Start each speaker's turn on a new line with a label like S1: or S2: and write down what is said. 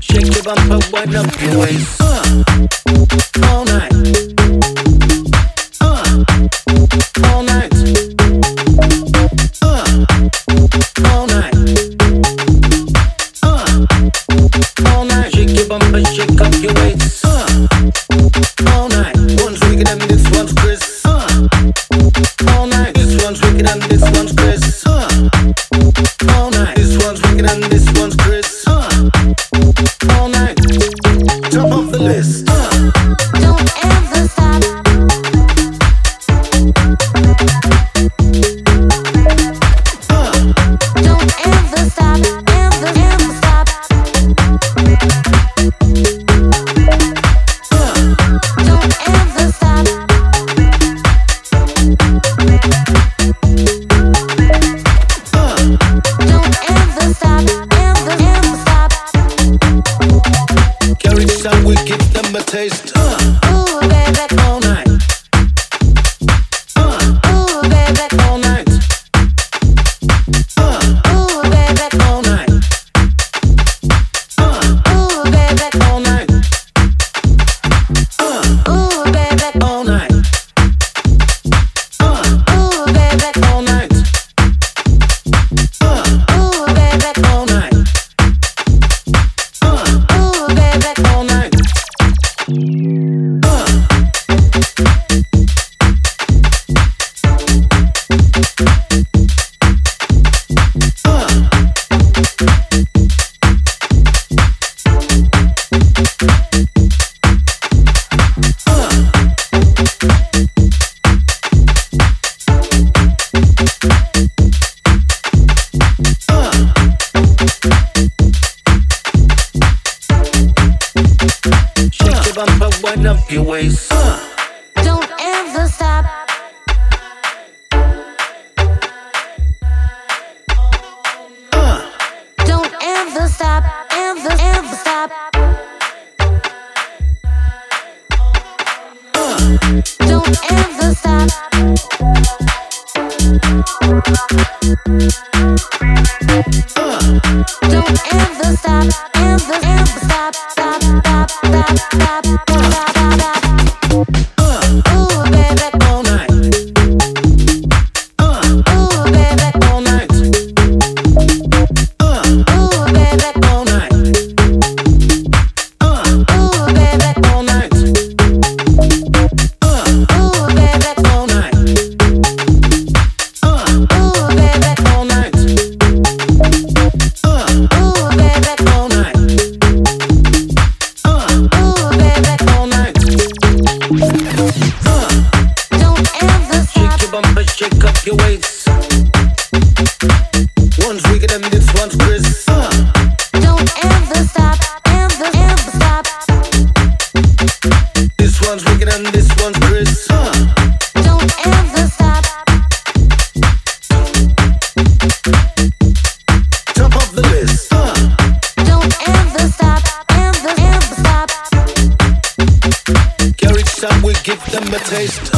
S1: Shake your bumper, one up your waist. Uh, all night. Uh, all night. Uh, all night. Uh, all night. Shake your bumper, shake up your waist. Uh, all night. One's wicked and this one's Chris. Uh, all night. This one's wicked and this one's Chris. Uh, all night. This one's wicked and this one's Chris. Uh, all night. Top of the list. Uh,
S2: Don't ever stop.
S1: uh,
S2: Don't ever stop. Ever, ever stop.
S1: uh,
S2: Don't ever stop.
S1: uh.
S2: Don't ever stop. Ever, ever stop.
S1: Carry some, we give them a taste. Uh,
S2: Ooh baby,
S1: all night. Uh,
S2: ooh baby,
S1: all night. Uh,
S2: ooh baby,
S1: all night. Uh,
S2: ooh baby,
S1: all night. Uh,
S2: ooh baby,
S1: all night. Uh,
S2: ooh
S1: all night. Uh,
S2: baby, ooh baby,
S1: all night. Uh,
S2: ooh baby.
S1: all night. Uh, uh. Uh. Uh. Shake your bumper, wind up your waist. Uh,
S2: Don't ever stop.
S1: uh,
S2: Don't ever stop. Ever, ever stop.
S1: uh,
S2: Don't ever stop.
S1: uh,
S2: Don't ever stop. Ever, ever stop. Stop, stop, stop, stop, stop, stop, stop.
S1: uh,
S2: Ooh baby,
S1: all night. Uh,
S2: ooh baby,
S1: all night. Uh,
S2: ooh baby,
S1: all night. Uh,
S2: ooh baby,
S1: all night. Uh, all night.
S2: ooh baby,
S1: Uh,
S2: ooh baby,
S1: all night. Uh,
S2: ooh baby,
S1: all night. Uh,
S2: ooh baby.
S1: all night. Uh.
S2: Don't ever stop.
S1: Shake your bumper, shake up your waist. One's wicked and this one's Chris. Uh,
S2: Don't ever stop. Ever, ever stop.
S1: this one's wicked and this one's Chris. Uh,
S2: Don't ever stop.
S1: top of the list. Uh,
S2: Don't ever stop. Ever, ever stop.
S1: carry some, we give them a taste. Uh. Uh. Uh. Uh. Uh. Uh. Uh. Uh.